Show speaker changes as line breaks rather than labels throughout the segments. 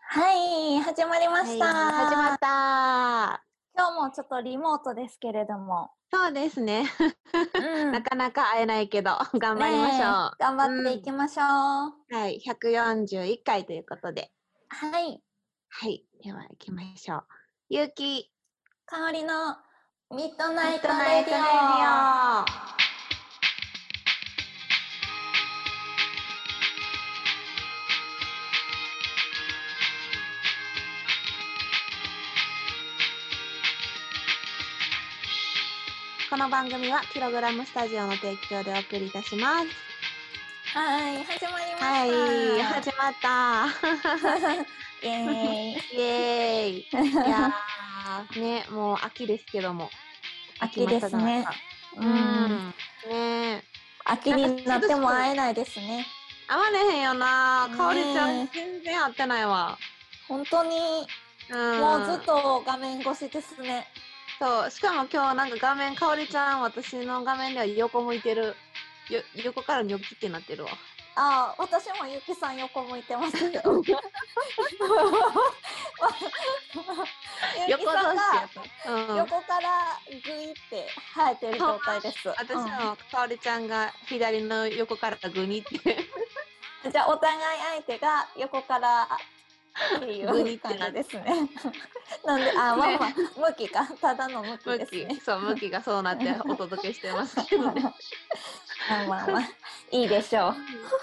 はい、始まりました。
はい始まった。
今日もちょっとリモートですけれども、
そうですね。
うん
なかなか会えないけど、頑張りまし
ねえ頑
ょ
張っていきましょう。
う。はい、141回ということで。
はい、
はい、では行きましょう。ゆうき、
香りのミッドナ
ナ
イトレディオ。
この番組はキログラムスタジオの提供でお送りいたします。
はい、始まりました。
はい、始まった。
イエーイ。
イエー イ。いやー、ね、もう秋ですけども。
秋ですね
う
うん、
ん。ねえ。
秋になっても会えないですね。
会われへんよな
ねえ
かおりちゃん、全然会ってないわ。
本当に、
うん。
もうずっ。と画面越しですね。
そう、しかも今日なんか画面、かおりちゃん、私の画面では横向いてる。よ横からニョキってなってるわ。
ああ、私もゆきさん横向いてます よ。
横同
ゆきさんが
士やった。うん。
横からグイって生えてる状態です。
私
うん
もかおりちゃんが左の横からグ ニって。
じゃあお互い相手が横からってい
グニっ
う
て
感
な
じですね。 なんで、あ、まあまあ、向きか、ただの向き
向
です
き、
ね。
そう、向きがそうな ってお届けしてますけどね。
まあまあまあ、いいでし ょ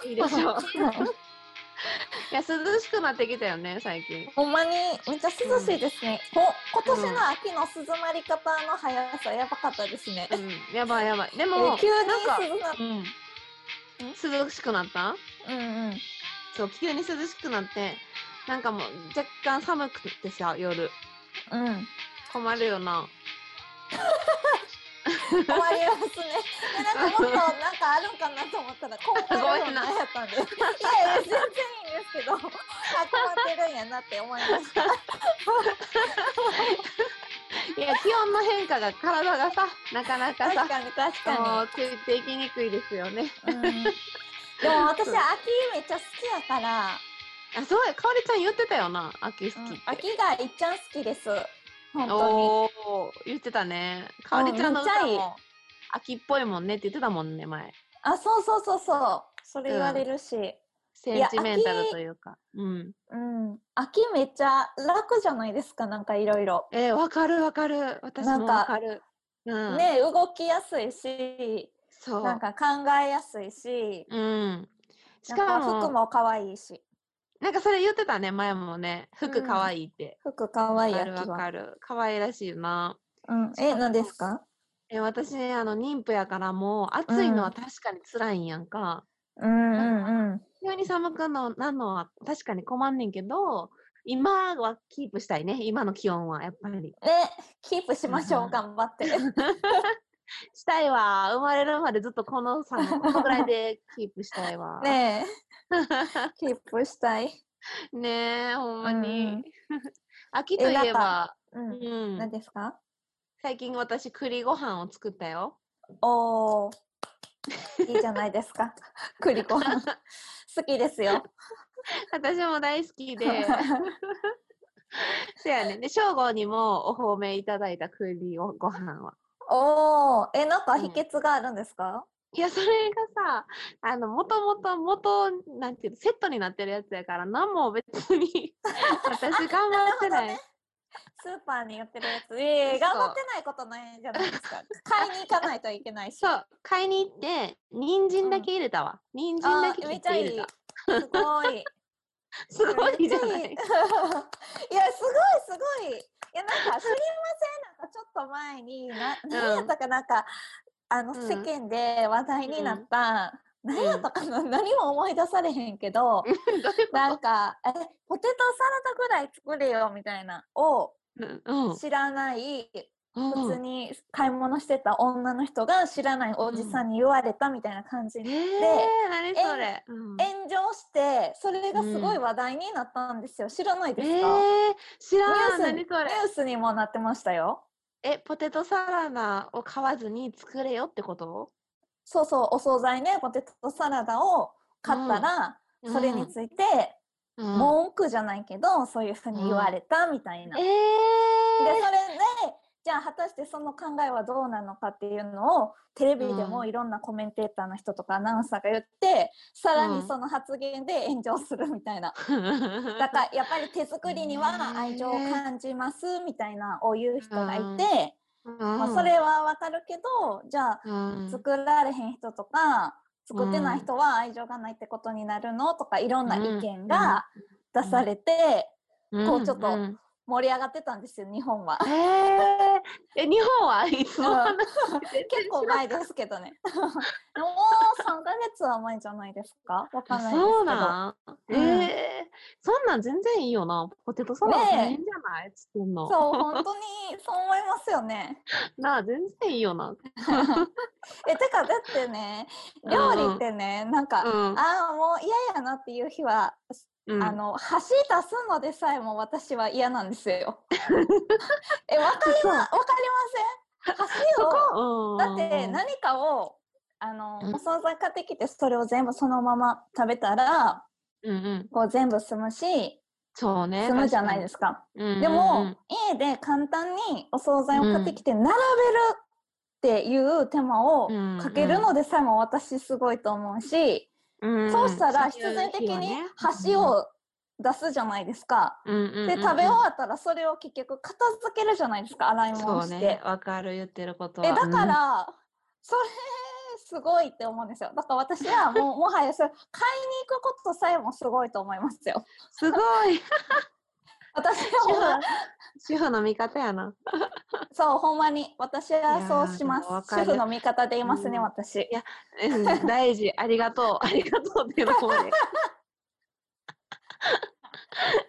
う。
いいでしょう。いや、涼しくなってきたよね、最近。
ほんまにめっちゃ涼しいですね。こ今年の秋の静まり方の速さやばかったですね。
うん、やばいやばい。で
え
も、
急に
なんか、
涼な
うん、涼しくなった
うんうん。
そう、急に涼しくなって、なんかもう若干寒くてさ、夜。
うん。
困るよな。
終わりますね。でなんかもっとなんかあるんかなと思ったら、こういうのなんやったんで。いやいや、全然いいんですけど、あ、困ってるんやなって思いました。
いや、気温の変化が体がさ、なかなか
確
さ、
かに確
も
か
うついていきにくいですよね。
に。うん、でも私、秋めっちゃ好きやから、
あ、そうや、かおりちゃん言ってたよな、秋好きって。
秋がいっちゃん好きです。本当
おおー、言ってたね。かおりちゃんの歌
うんめっちゃいい
も、秋っぽいもんねって言ってたもんね、前。
に。あ、そうそうそうそう。それ言われるし。
センチメンタルというか。うん。
うん、秋めっちゃ楽じゃないですか、なんかいろいろ。
えー、わかるわかる。私
なん
も
か
わかる。うん、
ね、動きやすいし、
そう。
なんか考えやすいし、
うん。し
な
か
んか
も、
服も可愛いし。
なんかそれ言ってたね、前もね。服かわいいって。
服可愛い
わ
や
かる
つ
わ
は。
かる。かわいらしいよな。
うん、え、何ですか
えー、私ね、あの、妊婦やからもう、暑いのは確かに辛いんやんか。
うん
うん
うん。
急に寒くのなんのは確かに困んねんけど、今はキープしたいね。今の気温は、やっぱり。
ね、キープしましょ
う
う、
ん
頑張って。
したいわ。生まれるまでずっとこの寒い、このぐらいでキープしたい わ。
ねえ。キープしたい。
ねえ、ほんま
う
に
ん。
秋とい
なん
えば
か、う。
うんん
何ですか
最近私、栗ご飯を作ったよ。
おー。いいじゃないです か。栗ご飯。好きですよ。
私も大好きで。そやね。で、正午にもお褒めいただいた栗をご飯は。
おー。え、なんか
うん
秘訣があるんですか
いや、それがさ、あの、もともと、元、なんていうの、セットになってるやつやから、何も別に、 私頑張ってない。
スーパーに売ってるやつ。え
そう
え、頑張ってないことないじゃないです か。買いに行かないといけないし。
そう、買いに行って、人参だけ入れたわ。人参だけ
あー
切って入れた。
すごい。
すごい じゃな
めっち。い
い
いやすごいすごい。いやなんか知りませんなんかちょっと前にな何やったかなんか、あの
うん
世間で話題になった、何やったかな、何も思い出されへんけど、
どういうこ
なんかえポテトサラダぐらい作れよみたいなを
と
知らない、
うん。
普
う
通
ん。
に買い物してた女の人が知らないおじさんに言われたみたいな感じ
え
で、
ー、何それ。うん
炎上してそれがすごい話題になったんですよ。知らないですか？
えー、知らん。
ニュースに
何それ
ニ。ュースにもなってましたよ。
え、ポテトサラダを買わずに作れよってこと
そうそう、お惣菜ね、ポテトサラダを買ったら、それについて、
うん
文句じゃないけどそういうふうに言われたみたいな。
え
でそれ
ー、
でじゃあ果たしてその考えはどうなのかっていうのをテレビで
う
も
ん
いろんなコメンテーターの人とかアナウンサーが言ってさら
う
に
ん
その発言で炎上するみたいな。 だからやっぱり手作りには愛情を感じますみたいなを言う人がいて、まあ、それはわかるけどじゃあ
うん
作られへん人とか作ってない人は愛情がないってことになるのとかいろんな意見が出されてこうちょっと
んん
盛り上がってたんですよ日本 は。
えー、え日 本はいつの話
結構前ですけどね。 もう3ヶ月は前じゃないですかわかんないですけど。
そうなん、
うん
えー、そんなん全然いいよなポテトサラダ
ねえ
大変じゃない作るの
そう本当にそう思いますよね。
なあ全然いいよな
えてかだってね
うん
料理ってねなんか、
うん
ああもう嫌やなっていう日は、
うん
あの走り出すのでさえも私は嫌なんです よ。えわかりま
そう
わかりません走
そ
を
こ、
だ
う
っ
ん、
て何かをあの、
うん
お惣菜買ってきてそれを全部そのまま食べたら
うんうん
こう全部済むし
そうね
済むじゃないですすか。
かに
でも、
うんうんうん
家で簡単にお惣菜を買ってきて並べるっていう手間をかけるのでさえも私すごいと思うし、
うんん
そうしたら
そ
必
ういう
然的
日は
に
ね
箸、を出すじゃないですか。
うんうんうんうん
で食べ終わったらそれを結局片付けるじゃないですか洗い
そ
物
う
して。
ねわかる言ってることは
えだか
うん
ら、それすごいって思うんですよだから私はも うもはやそれ買いに行くことさえもすごいと思いますよ
すごい
私は
主婦の味方やな
そうほんまに私はい
や
そ
ー
うしま
でもわ
す
かる
主婦の味方でいますね、
うん
私
うん大事、 ありが とう、ありがとうっていうのもね。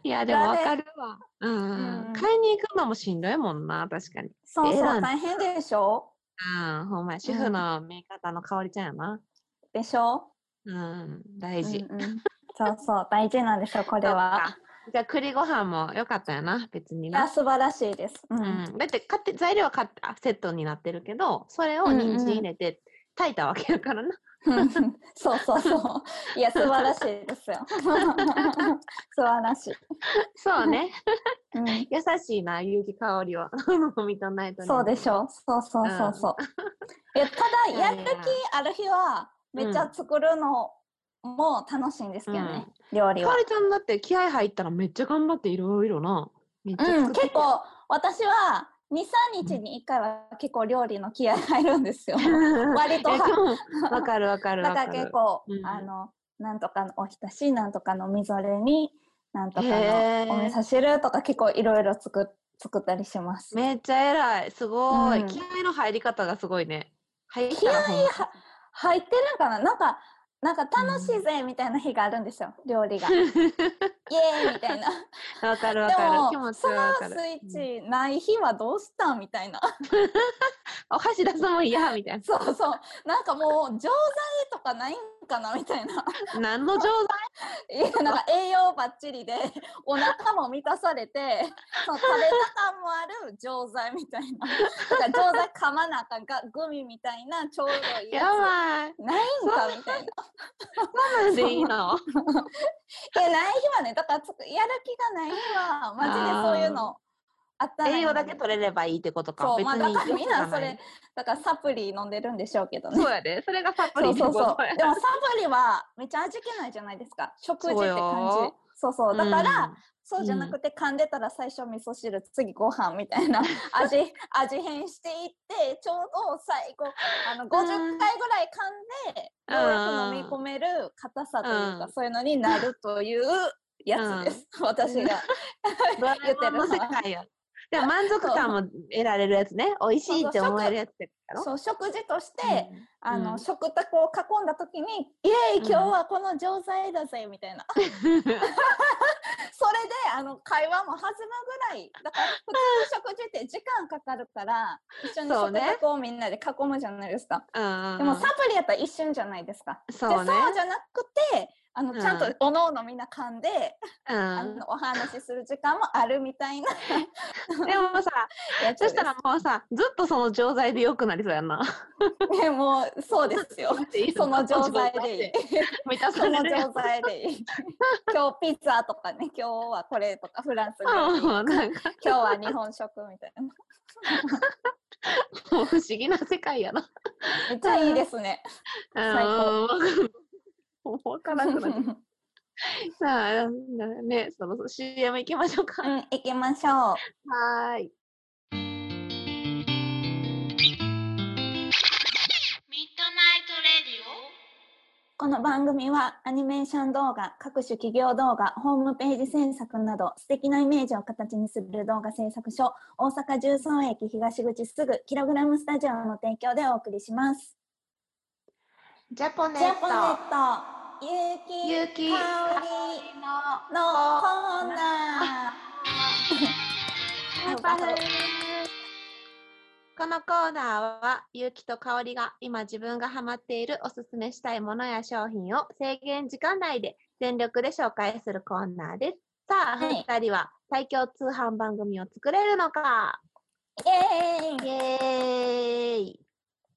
いや、でもわかるわ。うんうん
う
うんん。買いに行くのもしんどいもんな、確かに。
そうそう
えらん
大変でしょ
うん、ほんまや、主婦の味方の香りちゃんやな。
でしょ
うん、大事。
うんうんそうそう大事なんですよこれ
そ
は
っか。じゃあ、栗ご飯も良かったよな、別に
いや
な。
素晴らしいです、うん
うん、だって買って材料は買ってあセットになってるけどそれを人参入れて炊いたわけやからな、
そうそう そういや素晴らしいですよ 素晴らしい、
そ うね
うん
優しいな有機香 りは飲みとないとね
そうでしょそうそうそうそう。 いやた
い
だや
やい
る
や
気ある日はめっちゃ作るのも楽しいんですけどね、料理
か
は
お。りちゃんだって気合入ったらめっちゃ頑張っていろいろな。めっちゃ
うん
作って
結構私は23日に1回は結構料理の気合入るんですよ。 割と
えで もわかるわかる
だ
わ
か
からる。
結構、
うん
あのなんとかのおひたしなんとかのみぞれになんとか
へ
のお
ー
味噌汁とか結構いろいろ作っ作ったりします。
めっちゃ偉い。すごい。
うん
気合の入り方がすごいね。入
気合
ったらほんま
は入ってるんかななんかなんか楽しいぜみたいな日があるんですよ、料理 が。イエーイみたいな。
わかるわかる。
で
気持
も
ち
その
はわかる。
ス
うん
イッチない日はどうしたみたいな。
お箸出すもん嫌みたい
そうそう。なんかもう錠剤とかないんかなみたいな。
な。何の上
いやなんか栄養ばっちりでお腹も満たされ てその食べた感もある錠剤みたいな。だから錠剤噛まなあかんがグミみたいなちょうどいい
手や
や
ばい。
つないんかみたいな。
そんなんでいい
い
の
やない日はねだからつくやる気がない日はマジでそういうのあったらい
栄
いの
養
に
だけ取れればいいってことか。
そう
別
まあ
に
だからみんな
良く
そ
ない
れ。だからサプリ飲んでるんでしょうけどね
そうやで。それがサ
そ
プ
う
リって
そ
こ
うそう
とや。
でもサプリはめっちゃ味気ないじゃないですか食事って
そう
感じ
よ
そうそうだから、
うん
そうじゃなくて噛んでたら最初味噌汁次ご飯みたい な味味変していってちょうど最後あの50回ぐらい噛んで
うん
ようやく飲み込める硬さというか、
うん
そういうのになるというやつです、 私が。
ドラえもんの世界よ。でも満足感も得られるやつね。美味しいって思えるやつってことやろ。
そう食事として、あの、
うん
食卓を囲んだ時に「イエーイ今日はこの錠剤だぜ」みたいな、それであの会話も弾むぐらいだから普通の食事って時間かかるから一緒に
そう
食
ね
卓をみんなで囲むじゃないですか、
うん、うんうん
でもサプリやったら一瞬じゃないですか、
そう
で
ね。
そうじゃなくてあの
うん
ちゃんとおのおのみんな噛んで、あ
うん。
のお話しする時間もあるみたいな
でもさ、
やつ
そ
で
し
す
たらもうさ、ずっとその錠剤で良くなりそうやんな。
ねもうそうです よその錠剤でいい。
満た
そ
さ
の
れるやん
錠剤でいい今日ピザとかね今日はこれとかフランス料理
うんなんか
今日は日本食みたいな
もう不思議な世界やな。
めっちゃいいですね最
高。もう分からなくなる。さあ、ね、その CM 行きましょうか。
うん、行きましょう。
はーい。
ミッドナイトレディオ
この番組はアニメーション動画、各種企業動画、ホームページ制作など素敵なイメージを形にする動画制作所、大阪十三駅東口すぐキログラムスタジオの提供でお送りします。
ジャポネ
ジャポネット、ゆうき、
ゆうき
かおりのコーナー。
このコーナーは、ゆうきと香りが今自分がハマっているおすすめしたいものや商品を制限時間内で全力で紹介するコーナーです。さあ、
はい
2人は最強通販番組を作れるのか
イエー
イ
イ
エーイ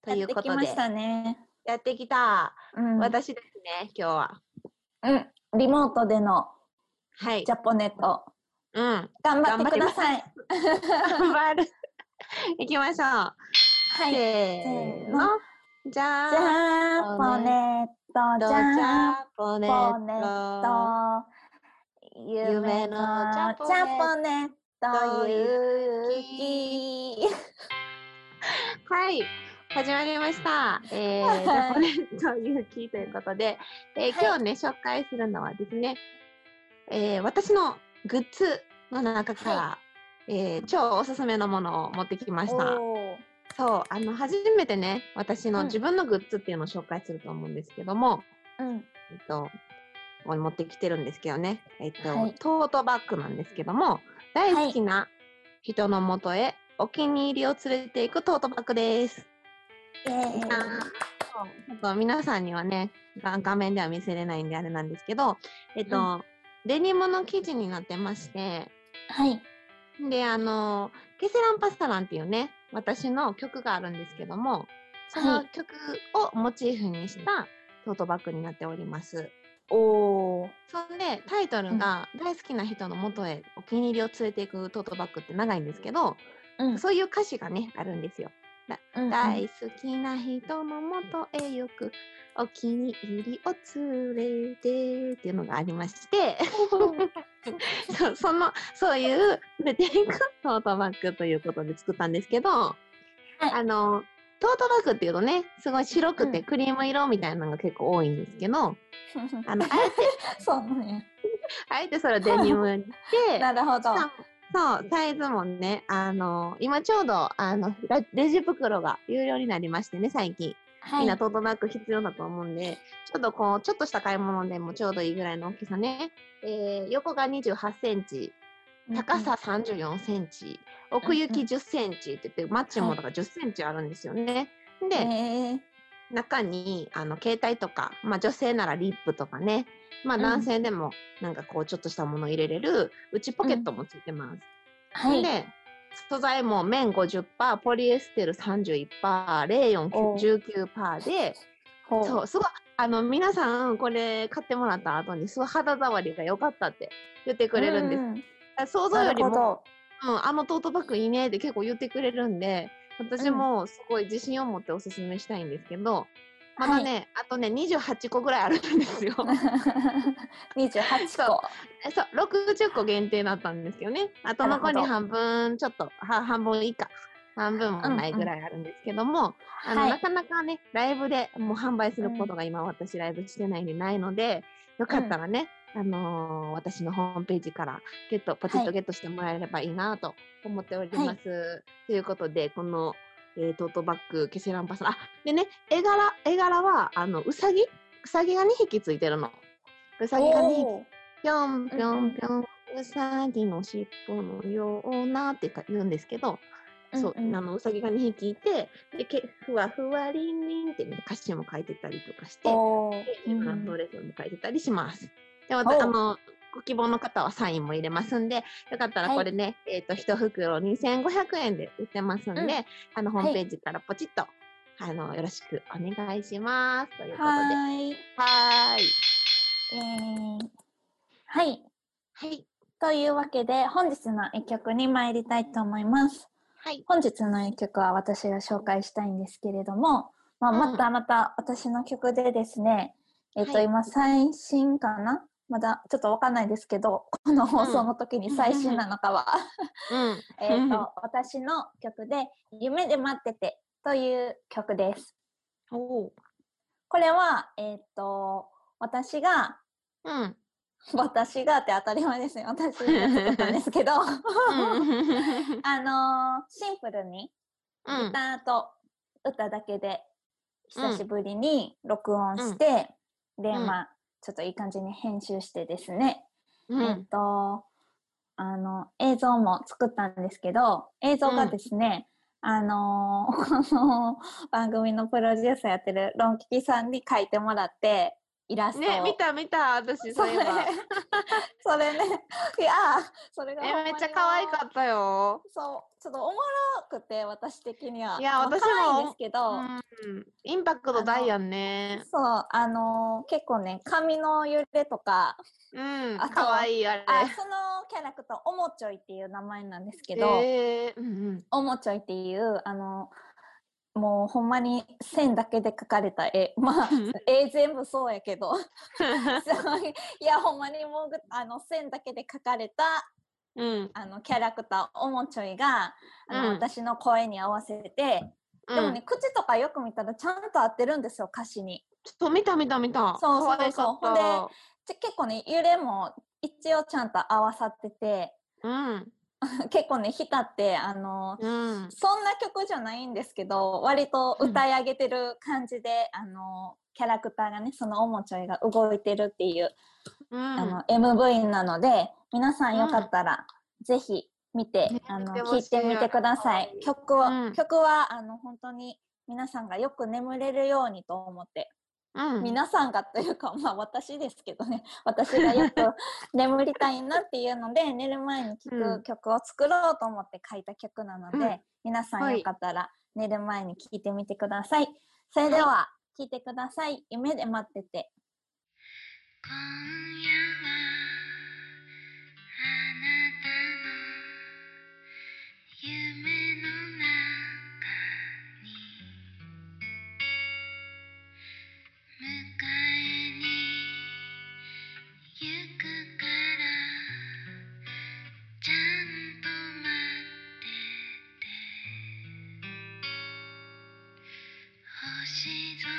ということ
やってきま
で
し、たね。
やってきた。
うん、
私ですね、今日は。
うん、リモートでの
はい
ジ。ャポネット、
うん。
頑張
張
っ
ってて
く
く
だ
だ
さい。
頑張る。いきましょう。
はい。
せ
ー
ー
の
の。じゃ
ジ
ーん。
ャポネット、ジ
じ
ャ
ゃポネ
ポ
ッ
ネ
ト。
ット、夢
夢
の
の
ジ
ジ
ャ
ャ
ポ
ポ
ネット、ゆうき。
はい。始まりました。えー、ジャポネット勇気ということで、えー今日ね、紹介するのはですね、えー私のグッズの中から、えー超おすすめのものを持ってきました。
おー
そう、あの、初めてね、私
う
の
ん
自分のグッズっていうのを紹介すると思うんですけども、
うん、
えっと、ここに持ってきてるんですけどね、えっと、
はい
トートバッグなんですけども、大好きな人のもとへお気に入りを連れていくトートバッグです。
イエーイ
あーあと皆さんにはね、が画面では見せれないんであれなんですけど、えっと、
う
デニムの生地になってまして、
はい。
で、あの、ケセランパスタランっていうね、私の曲があるんですけども、そ
は
の
い
曲をモチーフにしたトートバッグになっております。
おー。
そんでタイトルが「大好きな人の元へお気に入りを連れていくトートバッグ」って長いんですけど、
うん
そういう歌詞がねあるんですよ。
うん
大好きな人の元へよくお気に入りを連れてっていうのがありまして そそのそういう連れていくトートバッグということで作ったんですけど、
い
あのトートバッグっていうとねすごい白く
う
て
ん
クリーム色みたいなのが結構多いんですけど、あのあえて
そうなんや
あえてそれをデニムにして、
なるほど。
そう、サイズもね、あの、今ちょうど、あの、ラレジ袋が有料になりましてね、最近。
は
みん
い。
なトートバッグ必要だと思うんで、ちょっとこう、ちょっとした買い物でもちょうどいいぐらいの大きさね。えー横が28センチ、高さ34センチ、奥行き10センチって言って、マッチもとか10センチあるんですよね。
うんうん。
で、
えー
中にあの携帯とか、まあ、女性ならリップとかね、まあ、
うん
男性でもなんかこうちょっとしたもの入れれる内ポケットもついてます。
はい。
で素材も綿50%ポリエステル31%レーヨン
お
19%で
ほう
そうすごいあの皆さんこれ買ってもらった後にすごい肌触りが良かったって言ってくれるんです。
す。
想像
な
よ
る
り
ほ
も
ど。
うん、あのトートバッグいいねって結構言ってくれるんで、私もすごい自信を持っておすすめしたいんですけど、まだね、あとね、28個ぐらいあるんですよ。
28個。
えそう、60個限定だったんですけどね。あと
なるほ
残
ど
り半分、ちょっと、は半分以下、半分もないぐらいあるんですけども、あの
はい
なかなかね、ライブでもう販売することが今私ライブしてないんでないので、よかったらね、あのー私のホームページからゲット、ポチッ
は
と
い
ゲットしてもらえればいいなと思っております。ということで、この、えートートバッグ、ケセランパスあ、でね、絵柄、絵柄は、あの、うさぎうさぎが2匹ついてるの。うさぎが2匹
おー
ぴょん
うん
ぴょんぴょん、うさぎの尻尾のようなってか言うんですけど、そう、
うんうん
あのうさぎが2匹いてでけふわふわりんりんって、ね、歌詞も書いてたりとかして
おー
で今のドレスも書いてたりします。でま
おう
たあのご希望の方はサインも入れますんで、よかったら
はい
これね、えっ、と、一袋2500円で売ってますんで、
うん
あの、ホ
はい
ームページからポチッと、あの、よろしくお願いします。ということで、は
はーい。
ーい。
えーはい。
はい。
というわけで、本日の一曲に参りたいと思います。
はい。
本日の一曲は私が紹介したいんですけれども、まあ、
うん
またまた私の曲でですね、えっ、と、
はい
今最新かなまだちょっとわかんないですけど、この放送の時に最新なのかは。
うん。
えっ
うん
と、私の曲で、夢で待っててという曲です。
おう。
これは、えっと、私が、
うん。
私がって当たり前ですね。私が作ったんですけ ど、
うん。
あのーシンプルに
うん
ギターと歌だけで久しぶりに録音して、で、
うん
まあ、ちょっといい感じに編集してですね、
う
えっ
ん。
と、あの、映像も作ったんですけど、映像がですね、あの ーこの番組のプロデューサーやってるロンキキさんに描いてもらって、イラストを。
ね、見た見た、私、
そ
そ
れ
れは。
それね。いやー、それが
え、
ほんま
め
に
っちゃ可愛かったよ。
そう、ちょっとおもろくて、私的には。
いや
あの
私も
可愛いんですけど、
うん。インパクト大やんね。
そう、あのー結構ね、髪の揺れとか、
うん
あ。と
可愛いあれ。
あ、そのキャラクター、おもちょいっていう名前なんですけど、
えーうん うん、
おもちょいっていう、あのもうほんまに線だけで描かれた絵。まあ、 絵全部そうやけど。そういや、ほんまにもうぐ、あの、線だけで描かれた、
うん、
あのキャラクターおもちょいがあの、
うん
私の声に合わせてでもね、口とかよく見たらちゃんと合ってるんですよ歌詞に。
ちょっと見た見た見た。
そうそうそう
可愛かった
ほんでち結構ね揺れも一応ちゃんと合わさってて
うん、
結構ねひたってあの、
うん、
そんな曲じゃないんですけど割と歌い上げてる感じで、あのキャラクターがねそのおもちょいが動いてるっていう、
う
あ
ん。
の MV なので皆さんよかったら、ぜひ見て、
ね
あの
見て
聴
ほ
い
しい
てみてください
可愛い
曲は、
うん
曲はあの本当に皆さんがよく眠れるようにと思って、
うん、
皆さんがというか まあ私ですけどね私がよく 眠りたいなっていうので寝る前に
う
聴
ん
く曲を作ろうと思って書いた曲なので、
うん
皆さん
はい
よかったら寝る前に聴いてみてくださいそれでは聴いてください夢で待ってて
今夜はあなたの夢の中に迎えに行くからちゃんと待ってて星空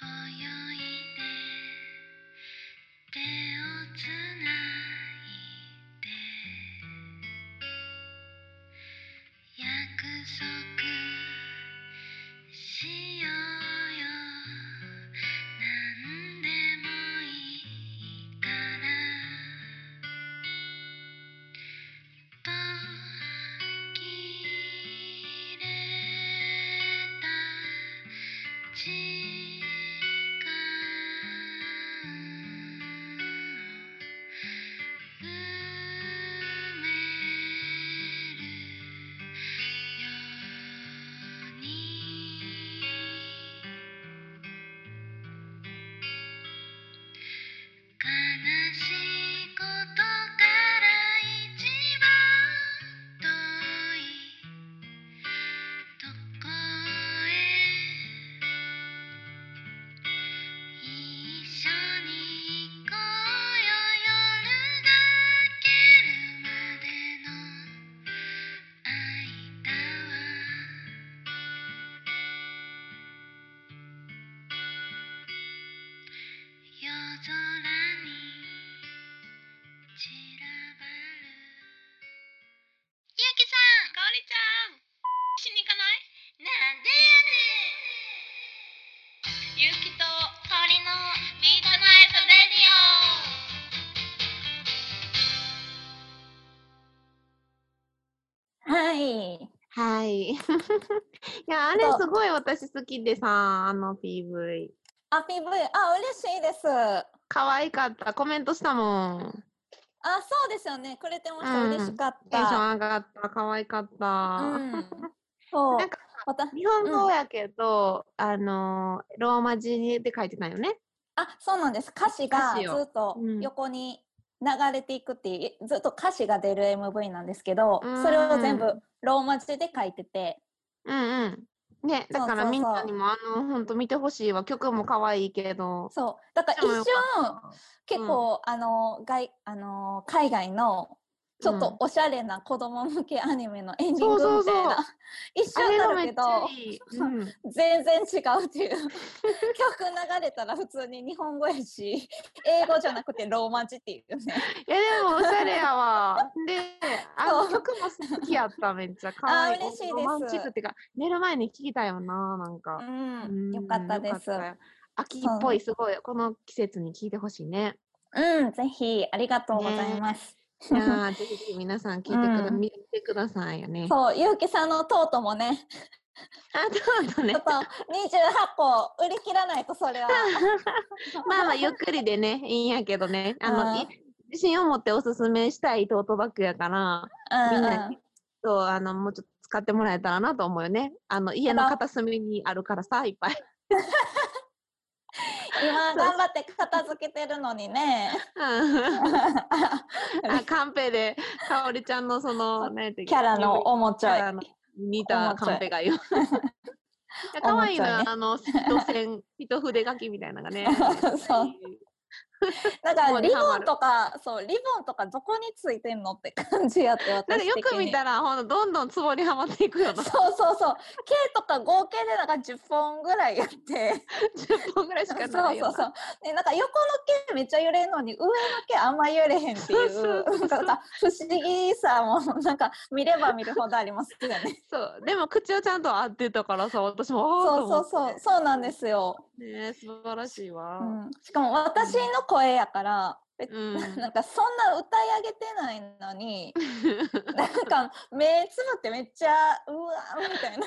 「泳いで手をつないで」「約束しようよ」「なんでもいいから」「途切れた」「時間埋めるように」「悲しいことから一番遠い」「どこへ」「一緒に行こうよ夜が明けるまでの間は」「夜空に散らばる」「ゆうきさんかおりちゃんしに行かないなんでやねんゆうきと香りのミートナイトレディオ
いや、あれ
そう
すごい私好きでさ、あの PV。
あ、PV、あ、嬉しいです。あ、
可愛かった。コメントしたもん。
そうですよね。くれてました。
うん
嬉しかっ
テンショ
た。
ン上がった。可愛かった。
うん。そう
なん。か
また、
日本語やけど、あのー、ローマ字にで書いてたよね。
あ、そうなんです。歌詞が
歌詞を
ずっと
うん
横に流れていくっていう、ずっと歌詞が出る MV なんですけど
うん、
それを全部ローマ字で書いてて、
うんうん。ね、だか
そうそうそ
ら
う
みんなにもあの、ほんと見てほしいわ。曲も可愛いけど。
そう。だから一
でもよ
瞬
か、
結構、あの、外、あの、海外の、ちょっ
うん
とおしゃれな子供向けアニメのエンディ
そ
ン
う
グ
そ
みた
うそう
いな。一
あ
瞬
れ
な
がめ
る
っ
け
ちゃ
ど、
いい。うん、
全然違うっていう曲流れたら普通に日本語やし英語じゃなくてローマ字っていうね
いやでもおしゃれやわ。で、あ
そ
の
う
曲も好きやった、めっちゃ可愛い。
あー嬉しいです
ロマンチックっていうか、寝る前に聴いたよな、なんか。
う
うん
よかったです
よかよ秋っぽい、すごい。この季節に聴いてほしいね。
うんぜひありがとうございます、
いやーぜひぜひ皆さん聴いてくだ、
うん
見てくださいよね。
そうゆうきさんのトートもね
あととね
ちょっ。と28個売り切らないとそ れは
まあまあゆっくりでね、いいんやけどね。あの、
うん
い自信を持っておすすめしたいトートバッグやから、
う
みん
んう
なにそう、あの、もうちょっと使ってもらえたらなと思うよね。あの、家の
あの
片隅にあるからさ、いっぱい。
今頑張って片付けてるのにね
うんあカンペで、かおりちゃんのその、何やったっけ
キャラのおもち
キャ
ょ
ラ
い
の似たカン ペがよ。かわいい
おもちゃね
な、あの、一線、一筆書きみたいなのがね。
そうだか
も
ら
う
リ
ねハ
ボ
マ
ン
る
とかそうリボンとかどこについてんのって感じやって私
なんかよ
的
く
に
見たら、ほんと、どんどんツボにはまっていくよな。
そうそうそう。K とか合計でなんか10本ぐらいやって。
10本ぐらいし
そう
か
そ
な
う
いよな。
そう。で、なんか横の毛めっちゃ揺れるのに、上の毛あんま揺れへんっていう、
そうそうそう
なんか不思議さも、なんか見れば見るほどありますよ ね。
そうでも口をちゃんと合ってたからさ私もあー
そ
と
う
思
そ
っ
う
て
そう。そうなんですよ。
ね素晴らしいわ、
うん、しかも私の声やから、別
うん
なんかそんな歌い上げてないの に、なんか目つぶってめっちゃ、うわーみたいな、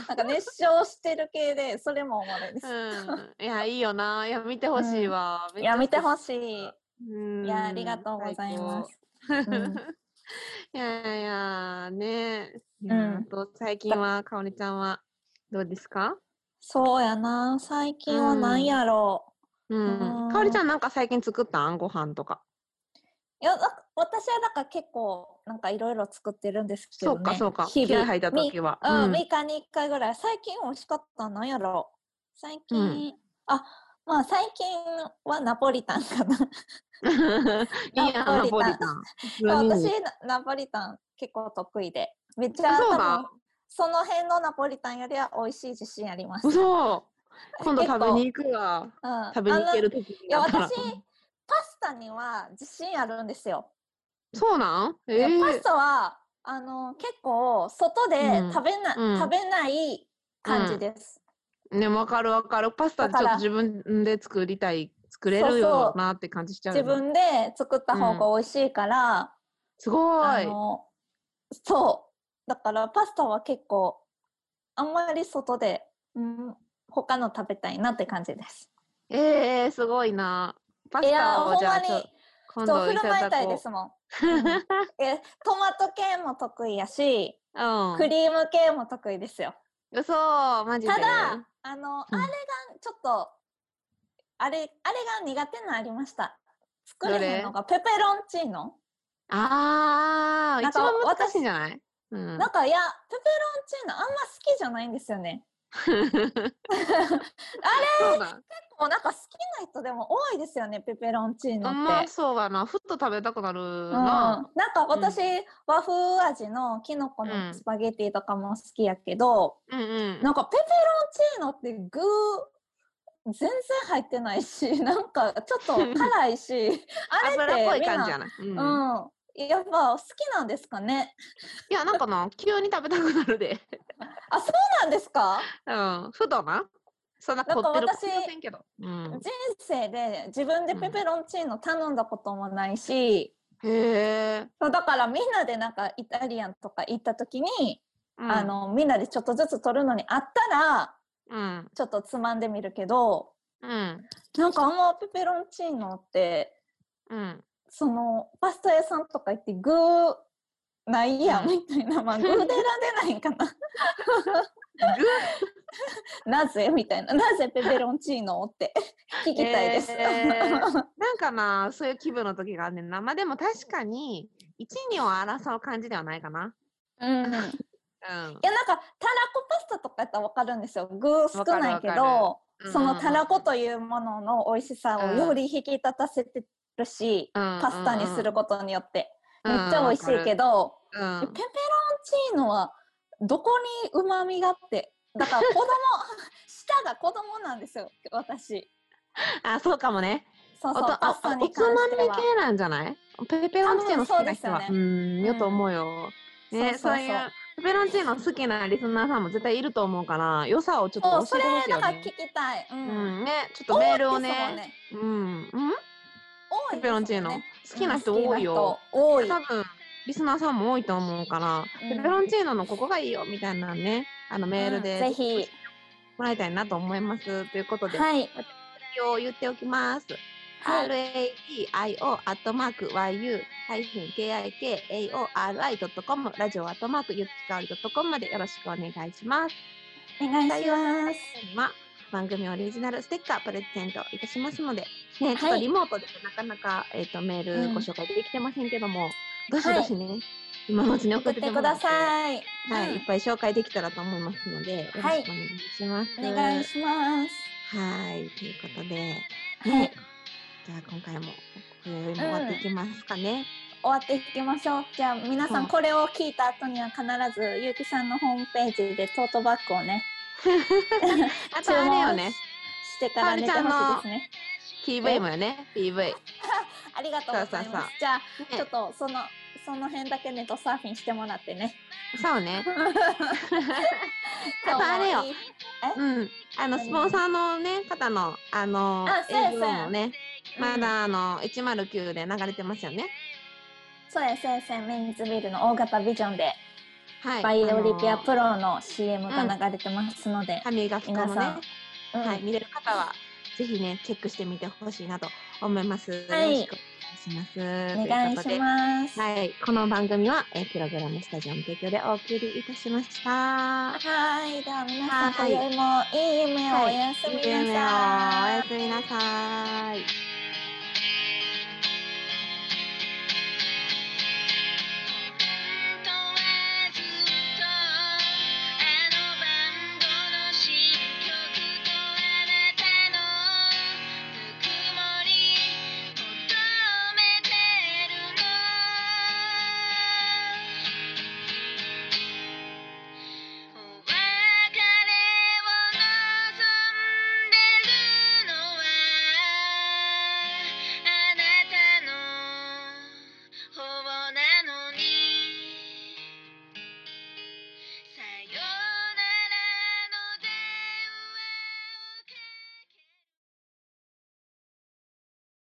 なんか熱唱してる系で、それもおもろいです。
うん、いやいいよないや見てほしいわ、
いや、見てほ
し
しい。
い、うん
いや、ありがとうございます。
最高
うん
いやいやねい
うん
やあと最近はかおりちゃんはどうですか
そうやな、最近はなんやろ
うん、
うん
かおりちゃんなんか最近作ったんご飯とか、
う。いや、だ私はだから結構、なんかいろいろ作ってるんですけ
そ
ど、ね。
うかそうか
日
気合
々
入った
み
時は
うん、
うん
3日に1回ぐらい。最近美味しかったなんやろう。最近、
うん
あ、まあ最近はナポリタンかな。
いいやんナ
ナ
ポ
ポ
リ
リ
タ
タ
ン普通
私
に、
ナポリタン結構得意で。めっちゃ
そう
多
だ
分、その辺のナポリタンよりは美味しい自信あります。うん。
嘘今度
結
食
構
べに行くわ。食べに行ける時に
いや
なったら
私パスタには自信あるんですよ。
そうなんえ
いや
ー
パスタはあの結構外で
うん
食べな、
うん
食べない感じです。
ね、わかるわかる。パスタちょっ
だ
と
から
自分で作りたい、作れる
そう
よ
そう
なって感じしちゃうよ
自
な。
分で作った方が美味しいから、
すご
あ
い。
のそうだからパスタは結構あんまり外で、うん、他の食べたいなって感じです。
えー、すごいな。パ
い
ス
や
タを
ほん
じゃ
ま
あ
に
ちょ今
そう
度
振
い
る
た
舞いた
だ
い
こ
で
う。
すもん。 えトマト系も得意やし、
う
クリーム系も得意ですよ。
ん。嘘、マジで。
ただあの、
う
あれ
ん
がちょっとあれあれが苦手なのありました作れへんのがペペロンチーノ
あー、
なん
一
か
番難しいんじゃないうん
なんかいやペペロンチーノあんま好きじゃないんですよね
そうだ。
もうなんか好きな人でも多いですよねペペロンチーノっ
あ
て、
んまそうだな。ふっと食べたくなる
うん、な
な。
んか私、和風味のきのこ
うん
のスパゲティとかも好きやけど、
うんうん。
なんかペペロンチーノって具全然入ってないし なんかちょっと辛い しあれって
油っぽい
みん
感
な
じじゃない、う
うん。
ん
やっぱ好きなんですかね。
いや、なんかな、急に食べたくなるで。
あ、そうなんですか。
うん、ふとな。そんな凝って
なん
る
か私
凝ってませんけど。うん、
人生で自分でペペロンチーノ頼んだこともないし、
へえ。
そうだからみんなでなんかイタリアンとか行った時に、
うん
あ、のみんなでちょっとずつ取るのにあったら
うん、
ちょっとつまんでみるけど
うん、
なんかあんまペペロンチーノって
うん。
そのパスタ屋さんとか行って具ないやん
うん
みたいな、まあ具で選んでないんかな なぜみたいななぜペペロンチーノをって 聞きたいです、
えーなんかまあ、そういう気分の時があんねんな。まあでも確かに、一二を争う感じではないかな。
うんいやなん
うん。
かたらこパスタとかやったらわかるんですよ具少ないけ
わかるわ
ど
る
そ
うんうん
の
うん
たらこというものの美味しさをより引き立たせてるし、パ
パ
スタにすることによって、めっちゃ美味しいけ
ど。
ど、
うん
ペペロンチーノはどこにうまみがあってだから子供 舌が子供なんですよ私
あ、そうかもね。
そう
お
そう
と
パ
あ
スタ
お
に
つ
関
ま
し
み
ては
系なんじゃないペペロンチーノ好きな人は。
多分そうですよね
うん、よと思うよ。
うん
ね、
そうそうそう
そういう、ペペロンチーノ好きなリスナーさんも絶対いると思うから、良さをちょっ
そう
と
そ
教え
れ
てほしい
なん
よ
か
ね
聞。きたい、う
うんん、ね、ちょっとメールを
多いですもん
ね。うん、うん、
多いですもんね
ペペロンチーノ
うん
好きな人多いよ。
好
多
きな人多い
分、リスナーさんも多いと思うから、
うん
ペペロンチーノのここがいいよみたいなね、あのメール
うん
で
ぜひ
もらいたいなと思います。ということで、
はい
を言っておきます。
はい
radio アットマーク yu kikaori.com ラジオアットマークゆきかおり .com までよろしくお願いします。
お願いします
ま番組オリジナルステッカープレゼントいたしますので、ね、ちょ
は
っと
い
リモートでなかなか、えっとメー
うん
ルご紹介できてませんけども、どしどしね、今のうちに送
送っ
って
て
も
く
ら
だ
って
さい
はい、いっ
う
ぱい紹介できたらと思いますので、よろしくお
は
願
い
いします。
んお願いします
はい、ということで、ね、
はい
じゃあ今回も、今宵も終わっていきますかね。
終わっていきましょうじゃあ皆さ
は
ん
い
これを聞いた後には必ずゆうきさんのホームページでトートバッグをね
あとあれよね、
してから寝てほしいですね
PV もよね、PV。ね
ありがとうございます
そうそうそう
じゃあちょっとそのその辺だけネットサーフィンしてもらって ね
そうね。
今日も
あとあれよ
いい
うん。あの、スポンサーのね、方の、あの
あ、そうや
映像もね、
そうや
まだあの、109で流れてますよね。
そうや先生メンズビルの大型ビジョンで
はい。
バイオリピア
あの
プロの CM が流れてますので、
歯磨き粉も
皆
ね、
さんうん
はい、見れる方は、ぜひね、チェックしてみてほしいなと思います。
はい
よろしくお願いします。
お願い
ということで
しますは
はい、この番組は、えープログラムスタジオの提供でお送りいたしました。
いでは皆さん
は
今
い
宵もいい夢をおやすみなさい、
いい夢をおやすみなさい。